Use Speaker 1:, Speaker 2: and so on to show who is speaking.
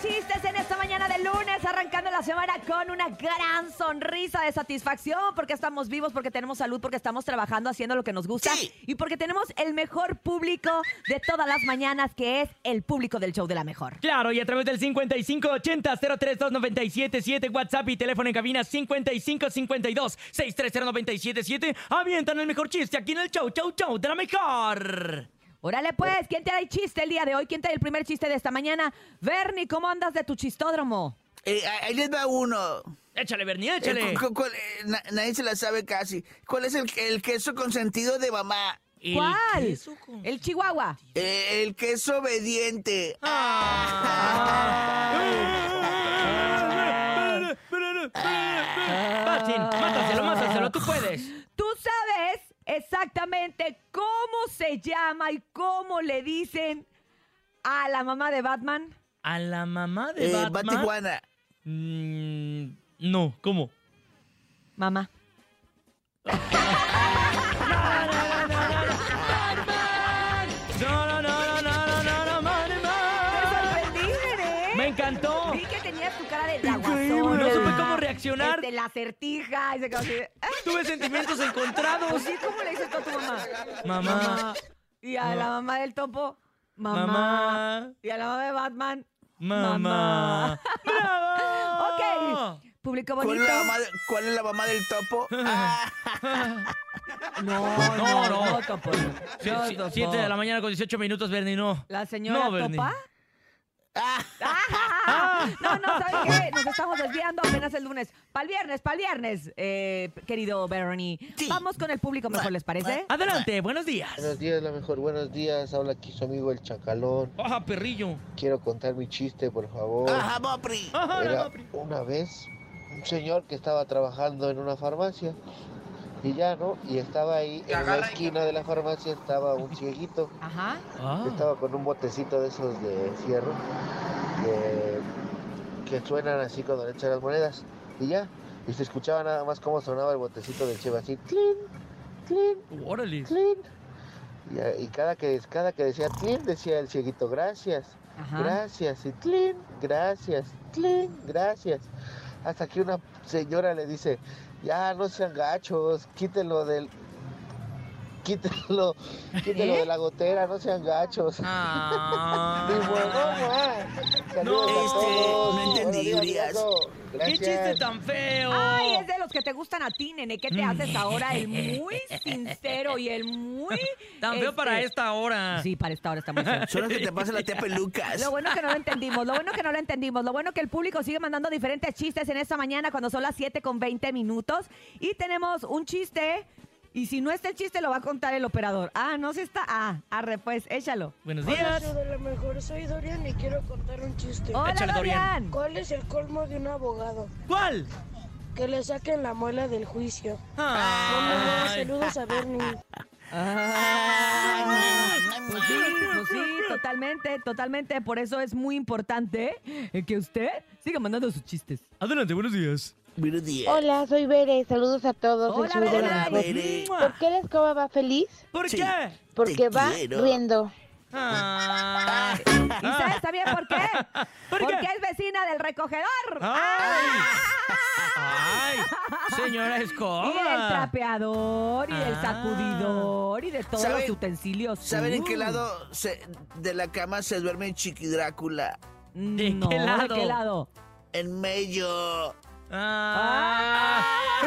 Speaker 1: chistes en esta mañana de lunes, arrancando la semana con una gran sonrisa de satisfacción, porque estamos vivos, porque tenemos salud, porque estamos trabajando, haciendo lo que nos gusta
Speaker 2: Sí.
Speaker 1: y porque tenemos el mejor público de todas las mañanas, que es el público del show de la mejor.
Speaker 3: Claro, y a través del 5580-032977, WhatsApp y teléfono en cabina 5552-630977, avientan el mejor chiste aquí en el show, show, show de la mejor.
Speaker 1: Órale pues, ¿quién te da el chiste el día de hoy? ¿Quién te da el primer chiste de esta mañana? Bernie, ¿cómo andas de tu chistódromo?
Speaker 2: Eh, ahí les va uno.
Speaker 3: Échale, Bernie,
Speaker 2: Eh,
Speaker 3: échale.
Speaker 2: cu- cu- cuál, eh, na- nadie se la sabe casi. ¿Cuál es el, el queso consentido de mamá?
Speaker 3: El
Speaker 1: ¿Cuál?
Speaker 3: queso con-
Speaker 1: El Chihuahua.
Speaker 2: Eh, el queso obediente.
Speaker 3: Basin, mátaselo, mátaselo, tú puedes.
Speaker 1: Tú sabes exactamente cómo se llama y cómo le dicen a la mamá de Batman.
Speaker 3: A la mamá de
Speaker 2: Eh, va
Speaker 3: Batman.
Speaker 2: Tijuana.
Speaker 3: Mm, no, ¿cómo?
Speaker 1: Mamá.
Speaker 3: No, no, no, no, no, no, no, no, madre,
Speaker 1: Te
Speaker 3: madre.
Speaker 1: sorprendí, Bere.
Speaker 3: Me encantó.
Speaker 1: Vi que tenías tu cara de la
Speaker 3: Increíble.
Speaker 1: guasona,
Speaker 3: No supe cómo reaccionar.
Speaker 1: este, la acertija. Y se quedó así de, "Ah,
Speaker 3: Tuve sentimientos encontrados.
Speaker 1: pues sí, ¿cómo le dices tú a tu mamá?
Speaker 3: Mamá,
Speaker 1: Y a la mamá del topo, mamá.
Speaker 3: mamá,
Speaker 1: Y a la mamá de Batman,
Speaker 3: mamá. ¡Bravo!
Speaker 1: Ok. Público
Speaker 2: ¿Cuál
Speaker 1: bonito.
Speaker 2: es, la mamá de- cuál es la mamá del topo? Ah,
Speaker 1: No,
Speaker 3: No,
Speaker 1: no,
Speaker 3: no.
Speaker 1: no, topo. no.
Speaker 3: Si-
Speaker 1: No,
Speaker 3: si-
Speaker 1: topo.
Speaker 3: siete de la mañana con 18 minutos, Bernie, no.
Speaker 1: ¿La señora
Speaker 3: No, Bernie.
Speaker 1: Topa?
Speaker 2: ah,
Speaker 1: Ah, No, no, ¿saben qué? Nos estamos desviando apenas el lunes. Para el viernes, para el viernes, eh, querido Bernie.
Speaker 2: Sí.
Speaker 1: Vamos con el público mejor, ¿les parece?
Speaker 3: Adelante, buenos días.
Speaker 4: Buenos días, la mejor, buenos días. Habla aquí su amigo el Chacalón.
Speaker 3: Ajá, perrillo.
Speaker 4: Quiero contar mi chiste, por favor.
Speaker 2: ajá, Bopri.
Speaker 3: Ajá, la
Speaker 4: Era
Speaker 3: Bopri.
Speaker 4: una vez un señor que estaba trabajando en una farmacia y ya, ¿no? Y estaba ahí, en una esquina de la farmacia estaba un cieguito.
Speaker 1: Ajá.
Speaker 3: Ah.
Speaker 4: Estaba con un botecito de esos de fierro que, que suenan así cuando le echan las monedas. Y ya, y se escuchaba nada más cómo sonaba el botecito del chivo así, ¡clin! ¡clin!
Speaker 3: Órale.
Speaker 4: ¡Clin! Y, a- y cada, que, cada que decía ¡clin! decía el cieguito, gracias,
Speaker 1: Ajá.
Speaker 4: gracias, y ¡clin! gracias, ¡clin! gracias. Hasta que una señora le dice, ya no sean gachos, quítenlo del... Quítenlo, quítenlo
Speaker 1: ¿Eh?
Speaker 4: de la gotera, no sean gachos.
Speaker 3: Ah.
Speaker 4: Y bueno, ah, saludos a
Speaker 2: Este,
Speaker 4: todos.
Speaker 2: no entendí,
Speaker 4: Buenos días,
Speaker 2: Urias.
Speaker 4: Uriaso.
Speaker 3: ¡Qué
Speaker 4: Gracias.
Speaker 3: chiste tan feo!
Speaker 1: Ay, es de los que te gustan a ti, nene. ¿Qué
Speaker 3: Mm.
Speaker 1: te haces ahora? El muy sincero y el muy...
Speaker 3: Tan feo
Speaker 1: este,
Speaker 3: para esta hora.
Speaker 1: Sí, para esta hora está muy feo.
Speaker 2: Son los que te pasan la tepe Lucas.
Speaker 1: Lo bueno que no lo entendimos, lo bueno que no lo entendimos, lo bueno que el público sigue mandando diferentes chistes en esta mañana cuando son las 7 con 20 minutos y tenemos un chiste y si no está el chiste lo va a contar el operador. Ah, no se está. Ah, arre pues, échalo.
Speaker 3: Buenos
Speaker 5: Hola,
Speaker 3: días.
Speaker 5: soy de la mejor, soy Dorian y quiero contar un chiste.
Speaker 6: Oh.
Speaker 1: Hola,
Speaker 3: Échale, Dorian.
Speaker 1: Dorian.
Speaker 5: ¿Cuál es el colmo de un abogado?
Speaker 3: ¿Cuál?
Speaker 5: Que le saquen la muela del juicio.
Speaker 3: Ay.
Speaker 5: Saludos a Bernie.
Speaker 1: Ah, pues sí, pues sí, totalmente, totalmente. Por eso es muy importante eh, que usted siga mandando sus chistes.
Speaker 3: Adelante, buenos días.
Speaker 2: Buenos días.
Speaker 6: Hola, soy Bere, saludos a todos.
Speaker 1: Hola,
Speaker 6: el show de
Speaker 1: Bere.
Speaker 6: la mejor.
Speaker 2: Bere.
Speaker 6: ¿Por qué la escoba va feliz?
Speaker 3: ¿Por
Speaker 2: Sí.
Speaker 3: qué?
Speaker 6: Porque va
Speaker 2: quiero.
Speaker 6: riendo.
Speaker 3: Ay.
Speaker 1: ¿Y sabes también por qué?
Speaker 3: Ah. ¿Por qué? Ah.
Speaker 1: Porque es vecina del recogedor.
Speaker 3: ¡Ay! ¡Ay! Señora Escoba.
Speaker 1: Y del trapeador, y del
Speaker 3: Ah.
Speaker 1: sacudidor, y de todos
Speaker 2: ¿Saben-
Speaker 1: los utensilios.
Speaker 2: ¿Saben en qué
Speaker 1: Uh.
Speaker 2: lado se- de la cama se duerme Chiqui Drácula?
Speaker 1: Mm,
Speaker 3: ¿De
Speaker 1: no,
Speaker 3: qué
Speaker 1: ¿De
Speaker 3: lado?
Speaker 1: qué lado?
Speaker 2: En medio.
Speaker 3: Ah.